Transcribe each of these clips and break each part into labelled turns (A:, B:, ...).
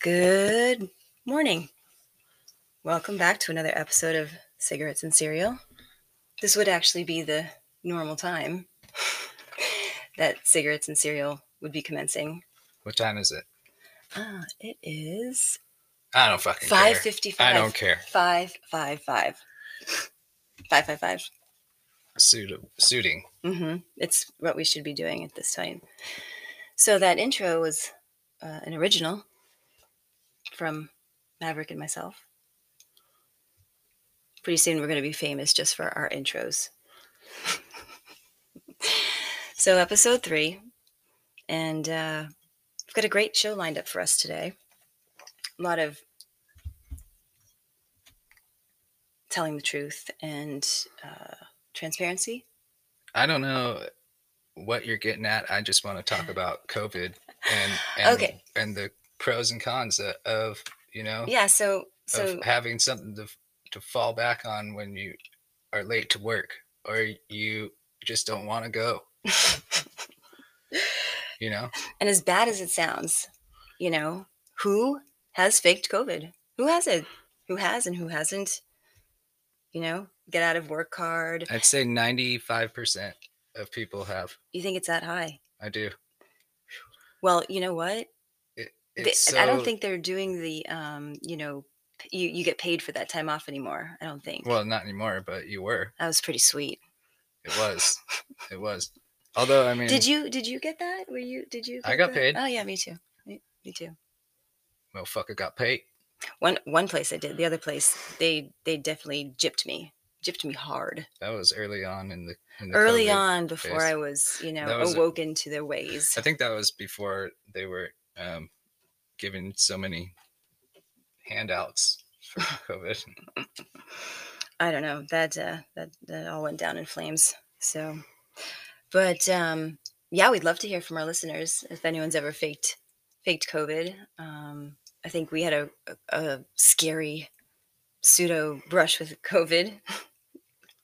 A: Good morning. Welcome back to another episode of Cigarettes and Cereal. This would actually be the normal time that Cigarettes and Cereal would be commencing.
B: What time is it?
A: Ah, it is
B: I don't fucking
A: five
B: care.
A: fifty-five.
B: I don't care.
A: Five five five. Five five five.
B: Suit, suiting.
A: Mm-hmm. It's what we should be doing at this time. So that intro was uh, an original from Maverick and myself. Pretty soon we're going to be famous just for our intros. so episode three, and uh, we've got a great show lined up for us today. A lot of telling the truth and uh, transparency.
B: I don't know what you're getting at. I just want to talk about COVID and and,
A: Okay.
B: and the pros and cons o- of you know
A: Yeah. So so.
B: of having something to to fall back on when you are late to work or you just don't want to go. you know,
A: And as bad as it sounds, you know, who has faked COVID? Who has it? Who has and who hasn't? You know, get out of work card.
B: I'd say ninety five percent of people have.
A: You think it's that high?
B: I do.
A: Well, you know what? They-
B: It's
A: I don't
B: so-
A: think they're doing the, um, you know, p- you, you get paid for that time off anymore. I don't think.
B: Well, not anymore, but you were.
A: that was pretty sweet.
B: It was. It was. Although I mean,
A: Did you did you get that? Were you did you?
B: I
A: get
B: got
A: that?
B: paid.
A: Oh yeah, me too. Me, me too.
B: well, fucker got paid.
A: One one place I did. The other place they they definitely gypped me, gypped me hard.
B: That was early on in the, in the
A: early
B: COVID.
A: on before
B: phase.
A: I was, you know,
B: That was a-
A: awoken to their ways.
B: I think that was before they were um, given so many handouts for COVID.
A: I don't know that uh, that that all went down in flames. So, but um, yeah, we'd love to hear from our listeners if anyone's ever faked faked COVID. Um, I think we had a, a, a scary pseudo brush with COVID a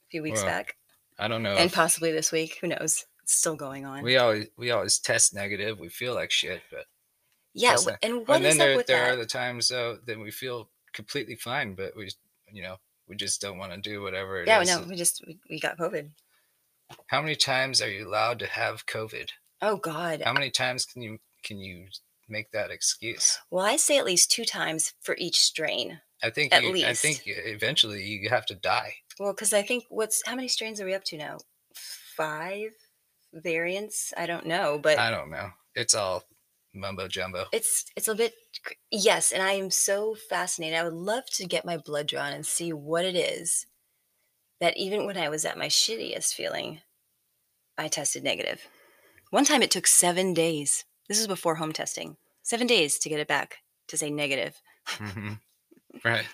A: few weeks
B: Well,
A: back,
B: I don't know.
A: and
B: if-
A: possibly this week. Who knows? It's still going on.
B: we always we always test negative. We feel like shit, but
A: yeah,
B: Listen,
A: wh- and what
B: and
A: is
B: then there
A: up with
B: there
A: that?
B: are the times though that we feel completely fine, but we you know we just don't want to do whatever. it
A: yeah,
B: is.
A: no, we just we, we got COVID.
B: How many times are you allowed to have COVID?
A: Oh God,
B: How many times can you can you make that excuse?
A: Well, I say at least two times for each strain.
B: I think
A: At
B: you, I
A: least.
B: think you- eventually you have to die.
A: Well, because I think what's how many strains are we up to now? Five variants? I don't know, but
B: I don't know. It's all mumbo jumbo.
A: it's it's a bit cr- yes. And I am so fascinated. I would love to get my blood drawn and see what it is that even when I was at my shittiest feeling, I tested negative. One time it took seven days. This was before home testing. Seven days to get it back to say negative.
B: Mhm. right.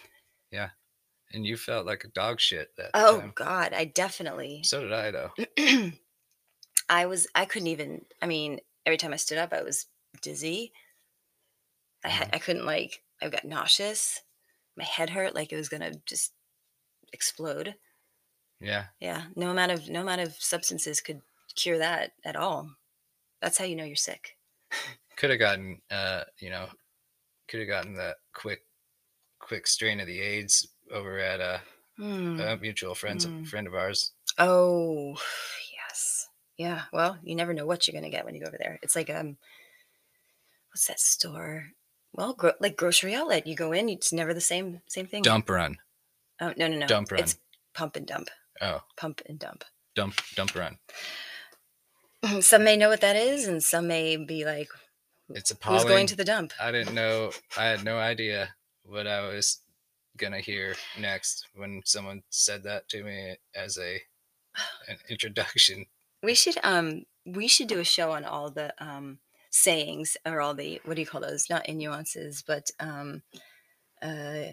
B: Yeah. And you felt like a dog shit that
A: Oh Mm.
B: time.
A: God, I definitely
B: So did I though.
A: I was I couldn't even I mean every time I stood up I was dizzy. I had I couldn't like I got nauseous. My head hurt like it was going to just explode.
B: Yeah.
A: Yeah, no amount of no amount of substances could cure that at all. That's how you know you're sick.
B: Could have gotten uh, you know, could have gotten that quick quick strain of the AIDS over at uh,
A: Hmm.
B: a mutual friends
A: Mm.
B: friend of ours.
A: oh, yes. Yeah, well, you never know what you're going to get when you go over there. It's like um what's that store? Well, gro- like grocery outlet. You go in, it's never the same same thing.
B: Dump run.
A: Oh no no no!
B: Dump run.
A: It's pump and dump.
B: Oh,
A: Pump and dump.
B: dump dump run.
A: some may know what that is, and some may be like,
B: It's a
A: "Who's
B: pollen.
A: going to the dump?"
B: I didn't know. I had no idea what I was gonna hear next when someone said that to me as a an introduction.
A: We should um we should do a show on all the um sayings or all the what do you call those? Not nuances, but um uh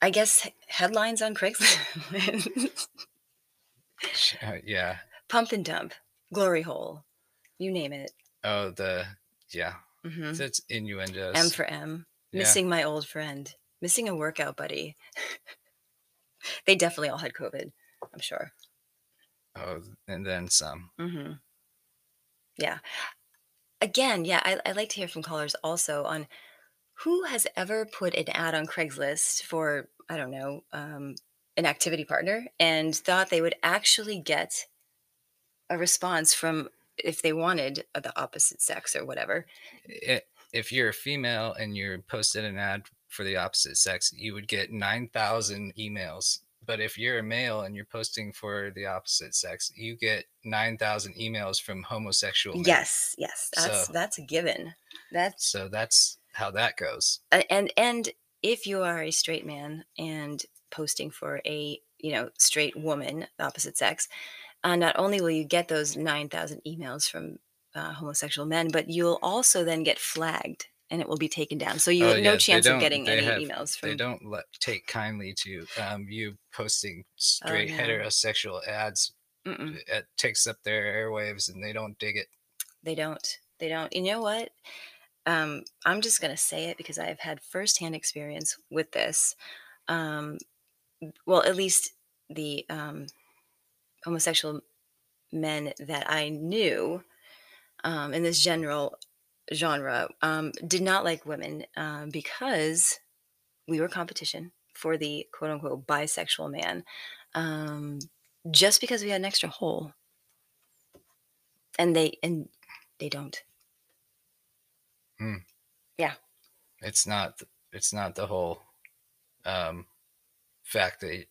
A: I guess he- headlines on Craigslist,
B: Sh- uh, Yeah.
A: pump and dump, glory hole, you name it.
B: Oh, the yeah.
A: hmm
B: That's innuendos.
A: M for M.
B: Yeah.
A: missing my old friend, missing a workout buddy. they definitely all had COVID, I'm sure.
B: Oh, and then some.
A: Mm-hmm. Yeah. Again, yeah, I, I like to hear from callers also on Who has ever put an ad on Craigslist for, I don't know, um, an activity partner and thought they would actually get a response from if they wanted uh, the opposite sex or whatever?
B: I if you're a female and you're posted an ad for the opposite sex, you would get 9,000 emails. But if you're a male and you're posting for the opposite sex, you get 9,000 emails from homosexual men.
A: Yes, yes, that's
B: So-
A: that's a given. That's
B: So that's how that goes.
A: A- and and if you are a straight man and posting for a you know straight woman the opposite sex uh, not only will you get those 9000 emails from uh, homosexual men but you'll also then get flagged and it will be taken down so you
B: Oh,
A: have
B: yeah,
A: no
B: they
A: chance
B: don't-
A: of getting
B: they
A: any
B: have-
A: emails
B: They
A: from
B: don't let, take kindly to um, you posting straight
A: no.
B: heterosexual ads.
A: Mm-mm,
B: It takes up their airwaves and they don't dig it.
A: they don't they don't you know what um, i'm just going to say it because i've had firsthand experience with this um, well, at least the um, homosexual men that I knew um, in this general genre um, did not like women uh, because we were competition for the quote unquote bisexual man um, just because we had an extra hole. And they and they don't.
B: It's not th- it's not the whole um, fact that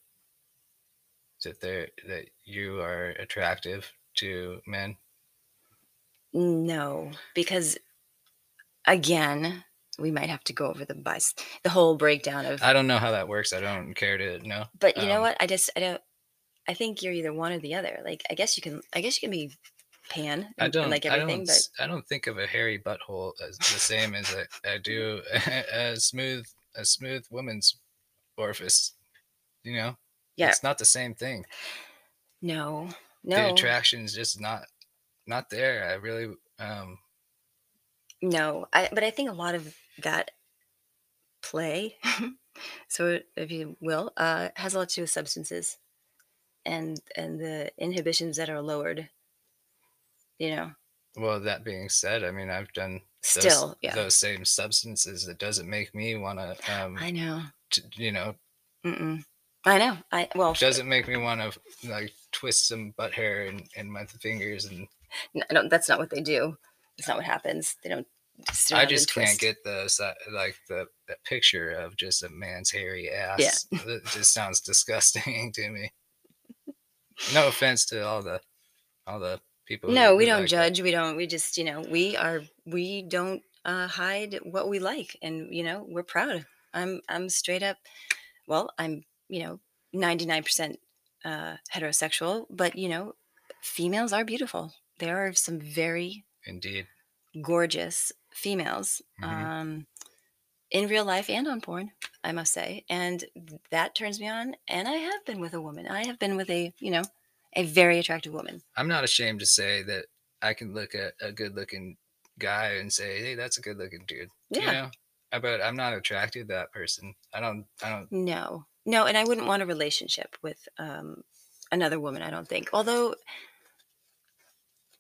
B: that they that you are attractive to men.
A: No, because again, we might have to go over the bis- the whole breakdown of
B: I don't know how that works. I don't care to know.
A: But you know
B: Um,
A: what? I just I don't. I think you're either one or the other. Like I guess you can. I guess you can be pan and,
B: I
A: and
B: don't
A: like
B: I don't,
A: everything.
B: s- I don't think of a hairy butthole as the same as I, I do a, smooth a smooth woman's orifice. You know,
A: Yeah.
B: it's not the same thing.
A: but no,
B: The
A: no,
B: attraction's just not not there. I really um
A: no. I, but I think a lot of that play, so if you will, uh, has a lot to do with substances, and and the inhibitions that are lowered. You know,
B: well. That being said, I mean I've done those,
A: still, yeah.
B: those same substances. It doesn't make me want to um
A: I know.
B: t- you know
A: Mm-mm. I know. I well,
B: doesn't make me want to like twist some butt hair in, in my fingers and
A: n- I don't, that's not what they do. That's not what happens. They don't. sit
B: I
A: around and
B: just can't
A: twist.
B: get the si- like the, the picture of just a man's hairy ass. That just sounds disgusting to me. No offense to all the all the people. who-
A: no we
B: who
A: don't
B: like that.
A: judge we don't we just you know we are we don't uh, hide what we like and you know we're proud i'm i'm straight up well i'm you know 99% uh, heterosexual but you know females are beautiful there are some very
B: Indeed,
A: gorgeous females
B: Mhm.
A: um, in real life and on porn i must say and that turns me on and i have been with a woman i have been with a you know a very attractive woman
B: I'm not ashamed to say that I can look at a good looking guy and say, "Hey, that's a good looking dude."
A: yeah
B: You know? Uh, But I'm not attracted to that person. I don't. I don't.
A: No, no, and I wouldn't want a relationship with um, another woman. I don't think. Although,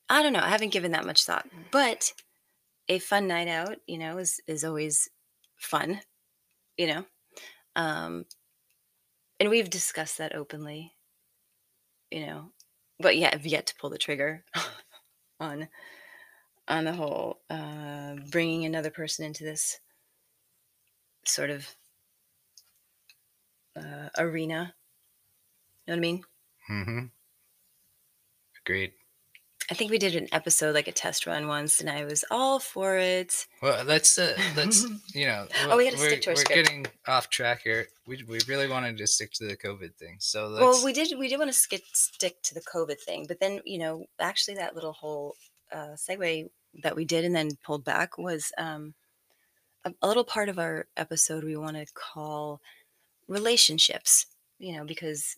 A: I don't know. I haven't given that much thought. But a fun night out, you know, is is always fun. You know, um, and we've discussed that openly. You know, but yeah, I've yet to pull the trigger on on the whole uh, bringing another person into this sort of uh, arena. You know what I mean?
B: hmm Agreed.
A: I think we did an episode like a test run once, and I was all for it.
B: Well, let's uh, let's you know.
A: Oh, we gotta
B: we're-
A: stick to our
B: We're
A: script.
B: getting off track here. We, we really wanted to stick to the COVID thing, so let's.
A: well, we did we did want to sk- stick to the COVID thing, but then you know, actually, that little whole uh, segue that we did and then pulled back was um, a, a little part of our episode we want to call relationships. You know, because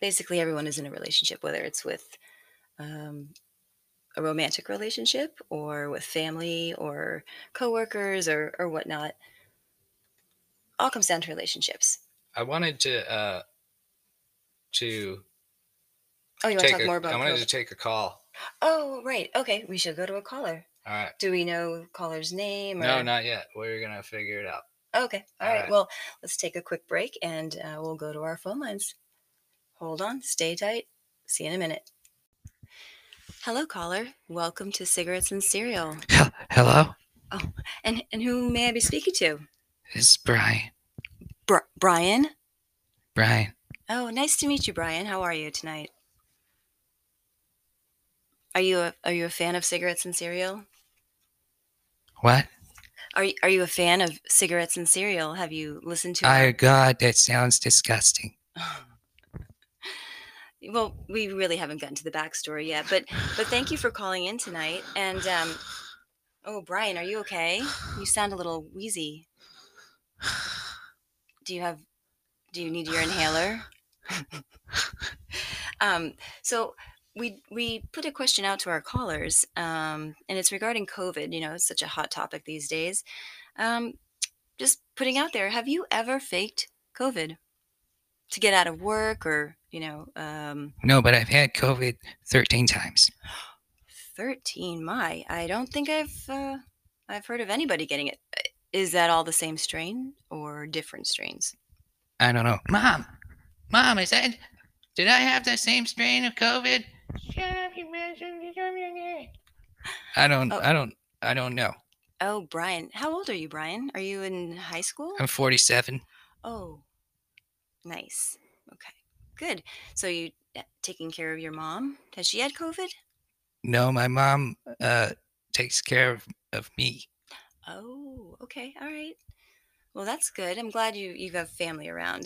A: basically everyone is in a relationship, whether it's with um, a romantic relationship or with family or coworkers or or whatnot. All comes down to relationships.
B: I wanted to uh to
A: Oh, you want to
B: take
A: talk
B: a,
A: more about?
B: I wanted
A: COVID?
B: to take a call.
A: Oh, right. Okay, we should go to a caller.
B: All right.
A: Do we know caller's name? Or...
B: No, not yet. We're gonna figure it out.
A: Okay. All
B: All
A: right.
B: right.
A: Well, let's take a quick break and uh, we'll go to our phone lines. Hold on. Stay tight. See you in a minute. Hello, caller. Welcome to Cigarettes and Cereal.
B: Hello,
A: And and who may I be speaking to?
B: it's Brian.
A: Br- Brian.
B: Brian,
A: Oh, nice to meet you, Brian. How are you tonight? Are you a, are you a fan of cigarettes and cereal?
B: what?
A: Are you, are you a fan of cigarettes and cereal? Have you listened to?
B: Oh God, that sounds disgusting.
A: well, we really haven't gotten to the backstory yet, but but thank you for calling in tonight. And um, oh, Brian, are you okay? You sound a little wheezy. Do you have? Do you need your inhaler? um, so we we put a question out to our callers, um, and it's regarding COVID. You know, it's such a hot topic these days. Um, just putting out there: Have you ever faked COVID to get out of work, or you know? Um,
B: No, but I've had COVID 13 times.
A: 13 my i don't think i've uh, i've heard of anybody getting it Uh, is that all the same strain or different strains
B: I don't know. Mom, mom, is that? Did I have the same strain of COVID? Shut up, you bastard! I don't.
A: Oh.
B: I don't. I don't know.
A: oh brian how old are you brian are you in high school
B: I'm 47.
A: oh nice okay good so you uh, taking care of your mom has she had covid
B: No, my mom uh, takes care of, of me.
A: oh okay all right well that's good i'm glad you you have family around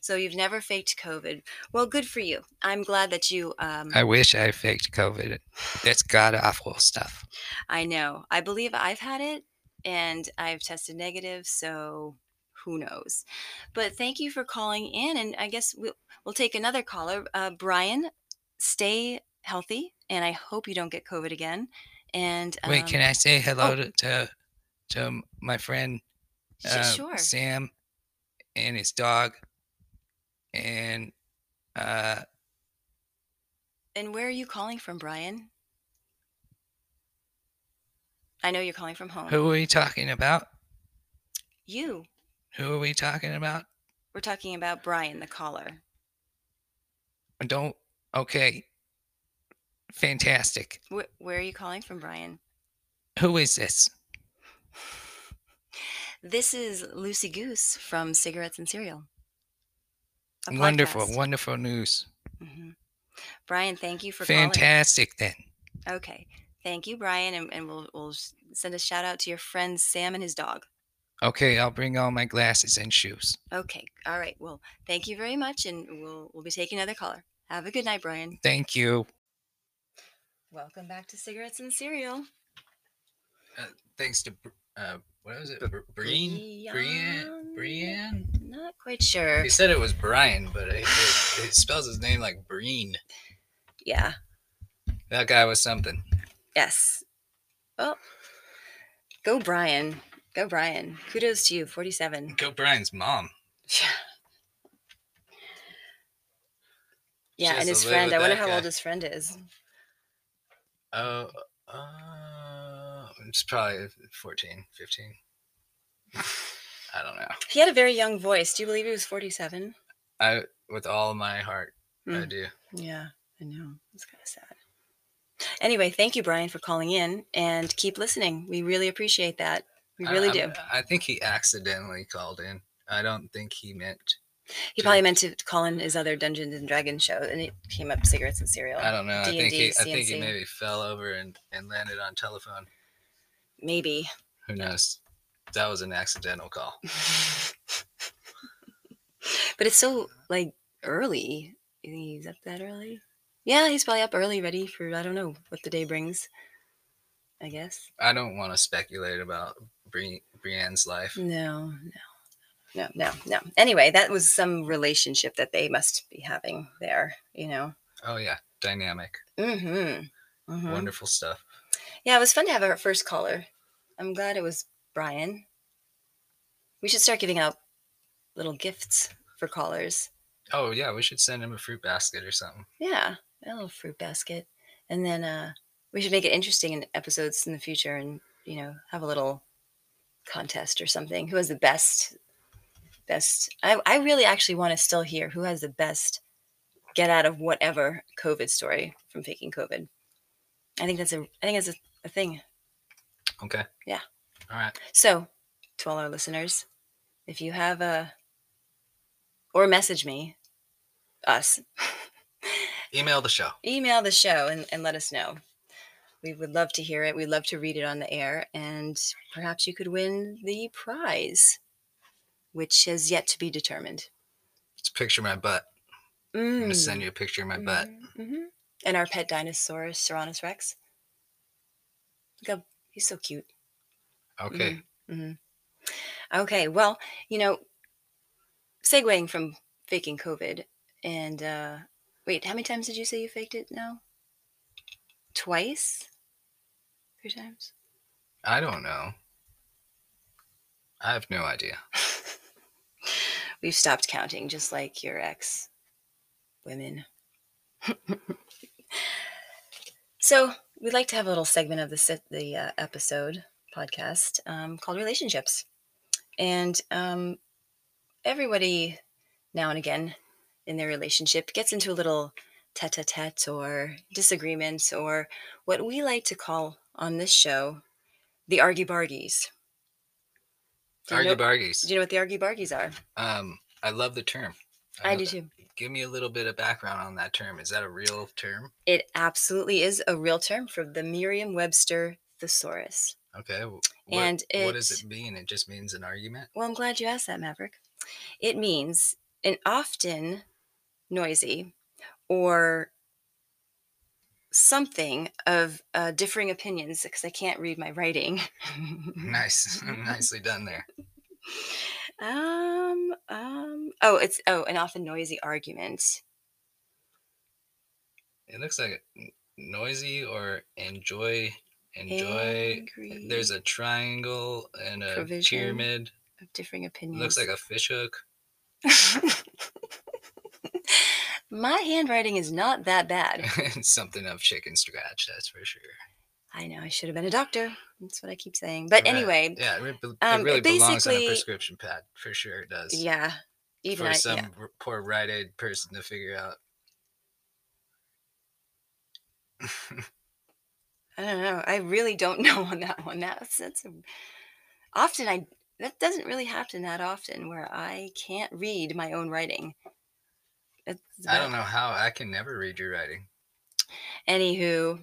A: so you've never faked covid well good for you i'm glad that you um
B: I wish I faked COVID. That's god awful stuff.
A: I know. I believe I've had it and I've tested negative, so who knows. But thank you for calling in and I guess we'll, we'll take another caller. Uh, Brian, stay healthy and I hope you don't get COVID again. And
B: Wait,
A: um,
B: can I say hello
A: oh.
B: to, to to my friend
A: sh-
B: uh,
A: sure.
B: Sam and his dog and uh,
A: And where are you calling from, Brian? I know you're calling from home.
B: who are we talking about?
A: You.
B: Who are we talking about?
A: We're talking about Brian, the caller.
B: I Don't okay. Fantastic.
A: Wh- where are you calling from, Brian?
B: Who is this?
A: This is Lucy Goose from Cigarettes and Cereal. a
B: Wonderful,
A: podcast.
B: wonderful news.
A: Mhm. Brian, thank you for
B: Fantastic then.
A: calling. Okay. Thank you, Brian. And, and we'll, we'll s- send a shout out to your friend Sam and his dog.
B: Okay, I'll bring all my glasses and shoes.
A: Okay. All right. Well, thank you very much. And we'll, we'll be taking another caller. Have a good night, Brian.
B: Thank you.
A: Welcome back to Cigarettes and Cereal.
B: thanks to Br- uh, what was it? Br- Breen?
A: Brian?
B: Brian? Brian?
A: Not quite sure.
B: He said it was Brian, but it, it, it spells his name like Breen.
A: Yeah.
B: That guy was something.
A: Yes. Well, go, Brian. Go, Brian. Kudos to you, 47.
B: Go Brian's mom.
A: Yeah. Yeah,
B: has
A: and
B: to
A: his
B: live
A: friend.
B: with
A: I wonder
B: that
A: how
B: guy.
A: old his friend is.
B: Oh, uh, it's probably 14, 15. I don't know.
A: He had a very young voice. Do you believe he was 47?
B: I with all my heart, I
A: Mm.
B: do.
A: Yeah, I know. It's kind of sad. Anyway, thank you, Brian, for calling in and keep listening. We really appreciate that. We
B: I-
A: really
B: I'm-
A: do.
B: I think he accidentally called in. I don't think he meant.
A: He probably meant to call in his other Dungeons and Dragons show, and it came up cigarettes and cereal.
B: I don't know. I think
A: D&D,
B: he. I think he
A: CNC.
B: maybe fell over and and landed on telephone.
A: Maybe.
B: Who knows? That was an accidental call.
A: but it's so like early. You think He's up that early. Yeah, he's probably up early, ready for I don't know what the day brings. I guess.
B: I don't want to speculate about Bri- Brienne's
A: Mm.
B: life.
A: No, no, no, no, no. Anyway, that was some relationship that they must be having there. You know.
B: Oh yeah, dynamic,
A: Mm-hmm. mm-hmm.
B: wonderful stuff.
A: Yeah, it was fun to have our first caller. I'm glad it was Brian. We should start giving out little gifts for callers.
B: Oh yeah, we should send him a fruit basket or something.
A: Yeah, a little fruit basket, and then uh, we should make it interesting in episodes in the future and you know have a little contest or something who has the best best i, I really actually want to still hear who has the best get out of whatever covid story from faking covid i think that's a i think that's a, a thing
B: Okay.
A: Yeah.
B: All right.
A: so to all our listeners if you have a or message me us
B: Email the show.
A: email the show and, and let us know. We would love to hear it. We'd love to read it on the air, and perhaps you could win the prize, which has yet to be determined.
B: Just picture my butt. I'm gonna
A: Mm.
B: send you a picture of my butt.
A: Mhm. And our pet dinosaur, Serranus Rex. Look how- he's so cute.
B: Okay.
A: hmm Mm-hmm. Okay, well, you know, segueing from faking COVID, and uh, wait, how many times did you say you faked it now? Twice? Three times?
B: I don't know. I have no idea.
A: We've stopped counting, just like your ex women. so, we'd like to have a little segment of the, se- the uh, episode podcast um, called Relationships. And um, everybody, now and again, in their relationship gets into a little tete a tete or disagreements, or what we like to call on this show the argy bargies. Do you know-
B: Argy bargies.
A: do you know what the argy bargies are?
B: Um, I love the term.
A: I
B: know
A: do
B: that.
A: too.
B: Give me a little bit of background on that term. Is that a real term?
A: It absolutely is a real term from the Merriam Webster thesaurus.
B: Okay. wh- What,
A: And
B: what does
A: it-
B: it mean? It just means an argument.
A: Well, I'm glad you asked that, Maverick. It means an often noisy or something of uh, differing opinions because I can't read my writing. Mm-hmm.
B: Nice, nicely done there.
A: um, um, oh, it's oh, an often noisy argument.
B: It looks like n- noisy or enjoy, enjoy.
A: Angry
B: There's a triangle and a
A: Provision.
B: pyramid.
A: of differing opinions.
B: Looks like a fishhook.
A: my handwriting is not that bad.
B: Something of chicken scratch. That's for sure.
A: I know I should have been a doctor. That's what I keep saying. But
B: Right.
A: anyway,
B: Yeah, it, be-
A: um,
B: it really belongs on
A: basically-
B: a prescription pad for sure. It does.
A: yeah, even
B: for
A: I,
B: some
A: yeah.
B: r- poor Rite Aid person to figure out.
A: I don't know. I really don't know on that one. That's that's a, often I that doesn't really happen that often where I can't read my own writing. It's
B: I don't
A: bad.
B: know how I can never read your writing.
A: Anywho,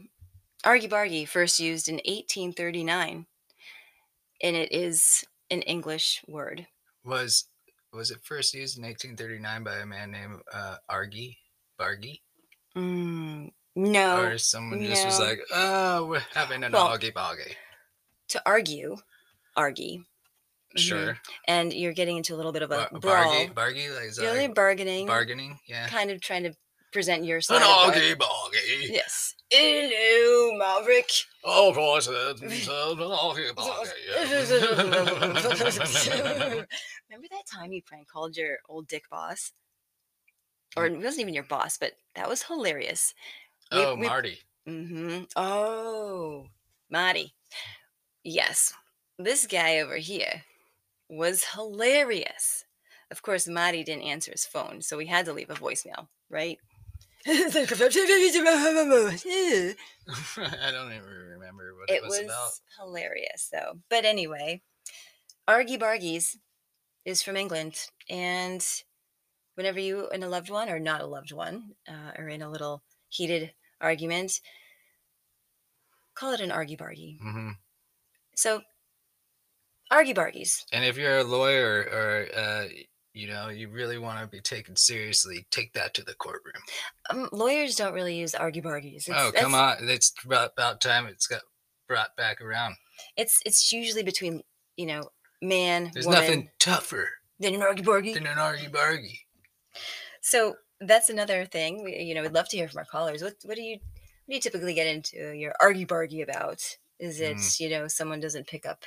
A: argy bargy first used in 1839, and it is an English word.
B: Was was it first used in 1839 by a man named uh, Argy Bargy,
A: Mm, no,
B: or someone just was
A: no.
B: like, "Oh, we're having an
A: Well,
B: argy bargy."
A: to argue, argy, mhm.
B: Sure,
A: and you're getting into a little bit of a
B: Bar-
A: brawl.
B: bargy, bargy, like, is that
A: You're only
B: like
A: bargaining,
B: uh, bargaining? Yeah,
A: kind of trying to present your side.
B: an
A: of
B: argy
A: it.
B: bargy.
A: Yes. Hello, Maverick.
B: Oh, of course, it's an argy bargy.
A: Remember that time you prank called your old dick boss? Or
B: Hmm.
A: it wasn't even your boss, but that was hilarious.
B: Oh,
A: we-
B: Marty.
A: Mm-hmm. Oh, Marty. Yes, this guy over here was hilarious. Of course, Marty didn't answer his phone, so we had to leave a voicemail, right? it
B: I don't even remember what it, was,
A: was
B: about.
A: hilarious, though. But anyway, Argy Bargies is from England, and whenever you and a loved one, or not a loved one, uh, are in a little heated argument, call it an Argy Bargy.
B: hmm
A: So, argy bargies.
B: And if you're a lawyer or, uh, you know, you really want to be taken seriously, take that to the courtroom.
A: Um, lawyers don't really use argy bargies.
B: oh, come on. It's about, about time it's got brought back around.
A: It's it's usually between you know man
B: There's
A: woman
B: nothing tougher
A: than an argy bargy.
B: than an argy bargy.
A: so that's another thing. We, you know, we'd love to hear from our callers. What what do you what do you typically get into your argy bargy about? Is it
B: Mm.
A: you know someone doesn't pick up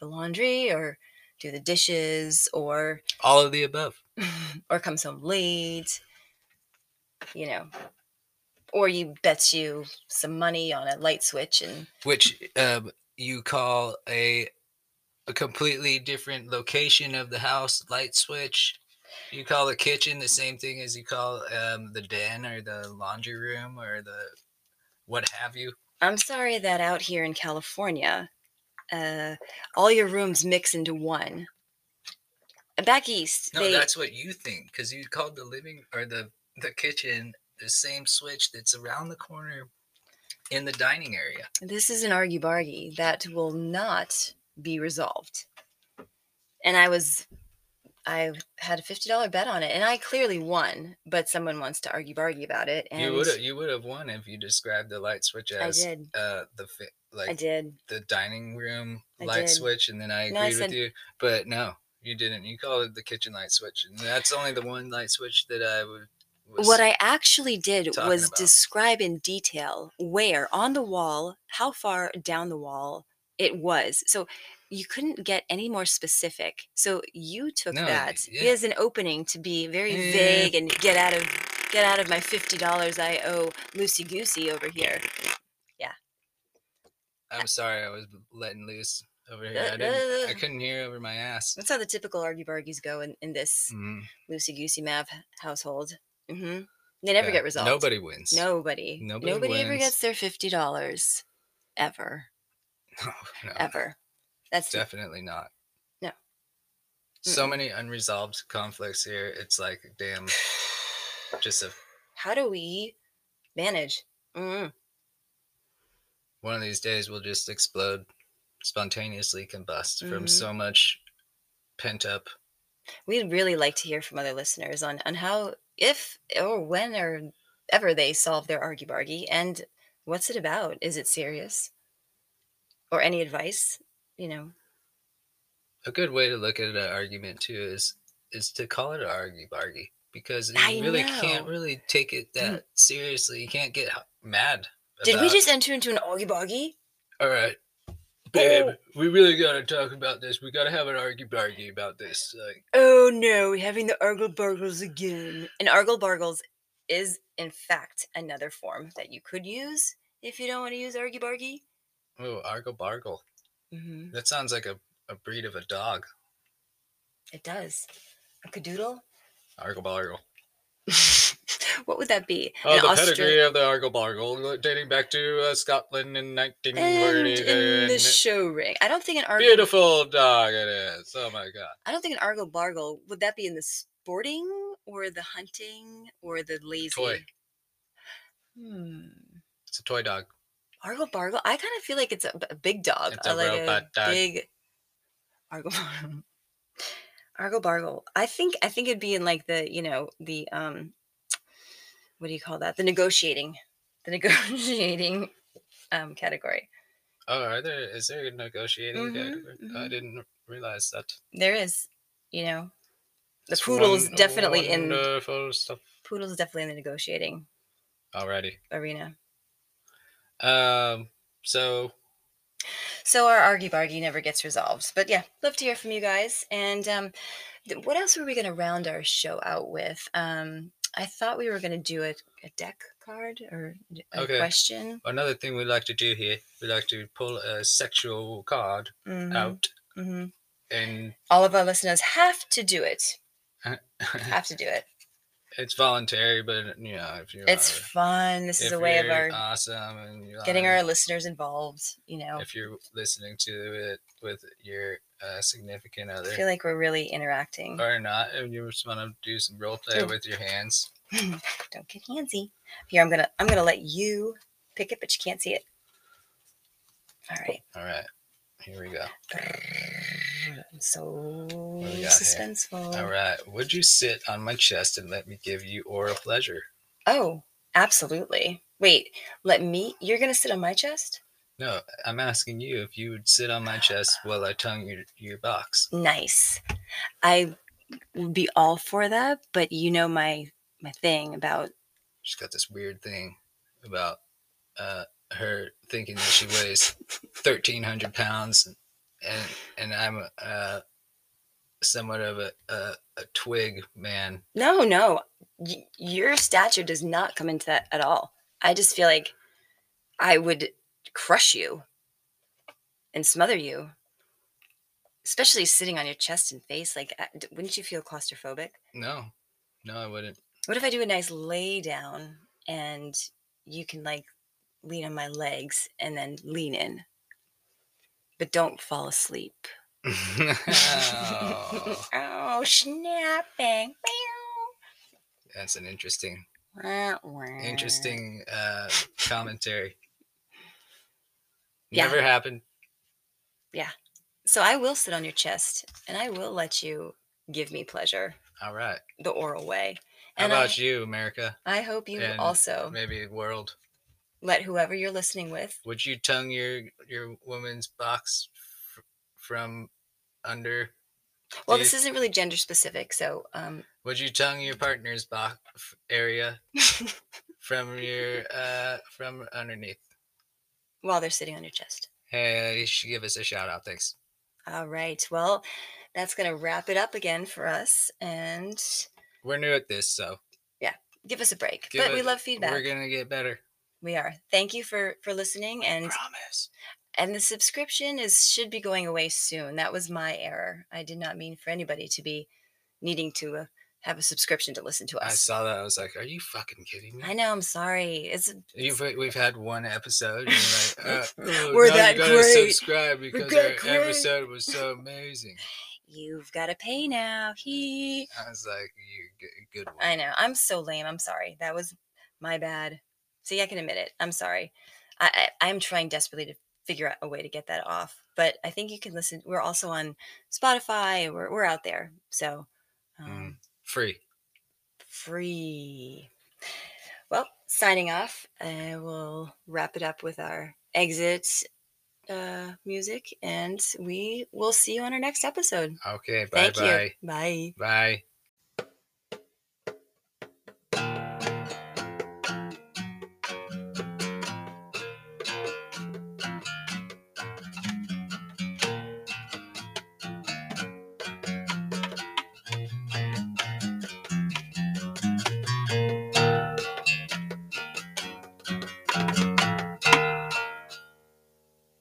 A: the laundry or do the dishes or
B: All of the above.
A: or comes home late, you know, or you bets you some money on a light switch and
B: which um, you call a a completely different location of the house light switch. You call the kitchen the same thing as you call um, the den or the laundry room or the what have you.
A: I'm sorry that out here in California, uh, all your rooms mix into one. Back east,
B: No,
A: they
B: that's what you think because you called the living or the the kitchen the same switch that's around the corner in the dining area.
A: this is an argy bargy that will not be resolved. And I was, I had a fifty dollar bet on it, and I clearly won. But someone wants to argy bargy about it, and
B: you would have you would have won if you described the light switch
A: I
B: as
A: did,
B: uh the fi-
A: I
B: like
A: did.
B: the dining room
A: I
B: light
A: did.
B: switch, and then I agreed
A: No, I
B: with
A: said-
B: you. But no, you didn't. You called it the kitchen light switch, and that's only the one light switch that I would. Was,
A: What I actually did
B: talking
A: was
B: about.
A: describe in detail where on the wall, how far down the wall it was. So you couldn't get any more specific. So you took
B: No,
A: that
B: yeah. Eh.
A: as an opening to be very
B: Yeah.
A: vague and get out of get out of my fifty dollars I owe loosey goosey over here.
B: I'm sorry, I was letting loose over here.
A: Uh,
B: I didn't. I
A: uh.
B: couldn't hear over my ass.
A: That's how the typical argy bargies go in, in this
B: Mhm.
A: loosey goosey mav household. hmm They never
B: Yeah,
A: get resolved.
B: Nobody wins.
A: Nobody.
B: Nobody
A: ever
B: wins.
A: gets their fifty dollars, ever,
B: no, no,
A: ever. That's the
B: definitely not.
A: No.
B: So
A: Mm-mm.
B: many unresolved conflicts here. It's like damn, just a,
A: how do we manage? Mm.
B: one of these days we'll just explode, spontaneously combust from
A: Mhm.
B: so much pent up
A: We'd really like to hear from other listeners on on how, if or when or ever they solve their argy bargy, and what's it about? Is it serious? Or any advice? You know,
B: a good way to look at an argument too is is to call it an argy bargy because you
A: I
B: really can't
A: know. Mm.
B: really take it that seriously. You can't get h- mad.
A: did we
B: about,
A: just enter into an argy bargy?
B: All right, babe,
A: Oh.
B: we really gotta talk about this. We gotta have an argy bargy about this. Like,
A: Oh no, we're having the argle bargles again. And argle bargles is, in fact, another form that you could use if you don't want to use argy bargy.
B: oh, argle bargle.
A: Mm-hmm.
B: That sounds like a, a breed of a dog.
A: It does. A cadoodle.
B: Argle bargle.
A: what would that be?
B: Oh,
A: An
B: the
A: Austra-
B: pedigree of the argle bargle dating back to uh, Scotland in
A: And
B: 1940.
A: in the
B: and
A: show ring, I don't think an argle.
B: Beautiful dog it is. Oh my god.
A: I don't think an argle bargle would that be in the sporting or the hunting or the lazy.
B: Toy.
A: Hmm.
B: It's a toy dog.
A: Argle bargle. I kind of feel like it's a, b- a big dog.
B: It's
A: uh,
B: a
A: like
B: robot dog.
A: Big argle. bargle. Argle bargle. I think. I think it'd be in like the you know the um. What do you call that? The negotiating, the negotiating, um category.
B: Oh, are there? Is there a negotiating?
A: Mhm,
B: category? I
A: mhm.
B: didn't r- realize that.
A: There is, you know, the
B: It's
A: poodle's
B: won-
A: definitely in-
B: wonderful stuff.
A: poodle's definitely in the negotiating
B: Alrighty.
A: arena.
B: Um. So
A: So our argy bargy never gets resolved. But yeah, love to hear from you guys. And um, th- what else were we going to round our show out with? Um, I thought we were going to do a, a deck card or d- a
B: Okay.
A: question.
B: another thing we like to do here, we like to pull a sexual card
A: Mhm,
B: out,
A: mhm.
B: and
A: All of our listeners have to do it. Have to do it.
B: it's voluntary. But you know, if you
A: It's
B: are,
A: fun. This is
B: if
A: a way of
B: you're
A: our
B: awesome and you
A: getting
B: are-
A: our listeners involved. You know,
B: If you're listening to it with your uh, significant
A: I
B: other.
A: feel like we're really interacting.
B: or not, and you just want to do some role play
A: Sure.
B: with your hands.
A: Don't get handsy. Here, I'm gonna I'm gonna let you pick it, but you can't see it. All right.
B: All right, here we go.
A: So
B: we got here?
A: suspenseful.
B: All right. Would you sit on my chest and let me give you oral pleasure?
A: Oh, absolutely. Wait, let me. You're gonna sit on my chest.
B: No, I'm asking you if you would sit on my chest while I tongue your, your box.
A: Nice. I would be all for that, but you know my my thing about
B: She's got this weird thing about uh, her thinking that she weighs 1,300 pounds, and and I'm uh, somewhat of a, a a twig man.
A: no, no. Y- your stature does not come into that at all. I just feel like I would crush you and smother you, especially sitting on your chest and face. Like, I- d- wouldn't you feel claustrophobic?
B: No, no, I wouldn't.
A: What if I do a nice lay down and you can like lean on my legs and then lean in, but don't fall asleep?
B: Oh,
A: oh, snapping.
B: that's an interesting,
A: Wah, wah.
B: interesting uh, commentary.
A: Yeah.
B: Never happened.
A: So I will sit on your chest and I will let you give me pleasure
B: All right.
A: the oral way.
B: How
A: And
B: about
A: I,
B: you, America?
A: I hope you
B: and
A: also
B: Maybe world.
A: let whoever you're listening with.
B: Would you tongue your your woman's box f- from under?
A: Well,
B: Do you-
A: this isn't really gender specific, so um,
B: Would you tongue your partner's box area from your uh from underneath?
A: while they're sitting on your chest.
B: Hey, you should give us a shout out. Thanks.
A: All right. Well, that's going to wrap it up again for us and
B: We're new at this, so
A: give us a break.
B: Give
A: but we
B: it-
A: love feedback.
B: we're gonna get better.
A: we are. Thank you for for listening and
B: Promise.
A: and the subscription is should be going away soon that was my error i did not mean for anybody to be needing to uh, have a subscription to listen to
B: I
A: us
B: saw that. I was like, "Are you fucking kidding me?"
A: i know i'm sorry it's
B: You've uh, we've had one episode. And you're like, uh, oh,
A: We're
B: now you
A: that
B: gotta
A: great.
B: Subscribe because
A: that
B: our
A: great."
B: episode was so amazing.
A: you've got to pay now he
B: I was like, "You g- good one."
A: i know i'm so lame i'm sorry that was my bad see i can admit it i'm sorry i, I i'm trying desperately to figure out a way to get that off but i think you can listen we're also on spotify we're, we're out there so um,
B: Mm. Free.
A: free. Well, signing off, uh, we'll wrap it up with our exit uh, music, and we will see you on our next episode.
B: Okay. Bye.
A: Thank
B: Bye.
A: you. Bye.
B: Bye.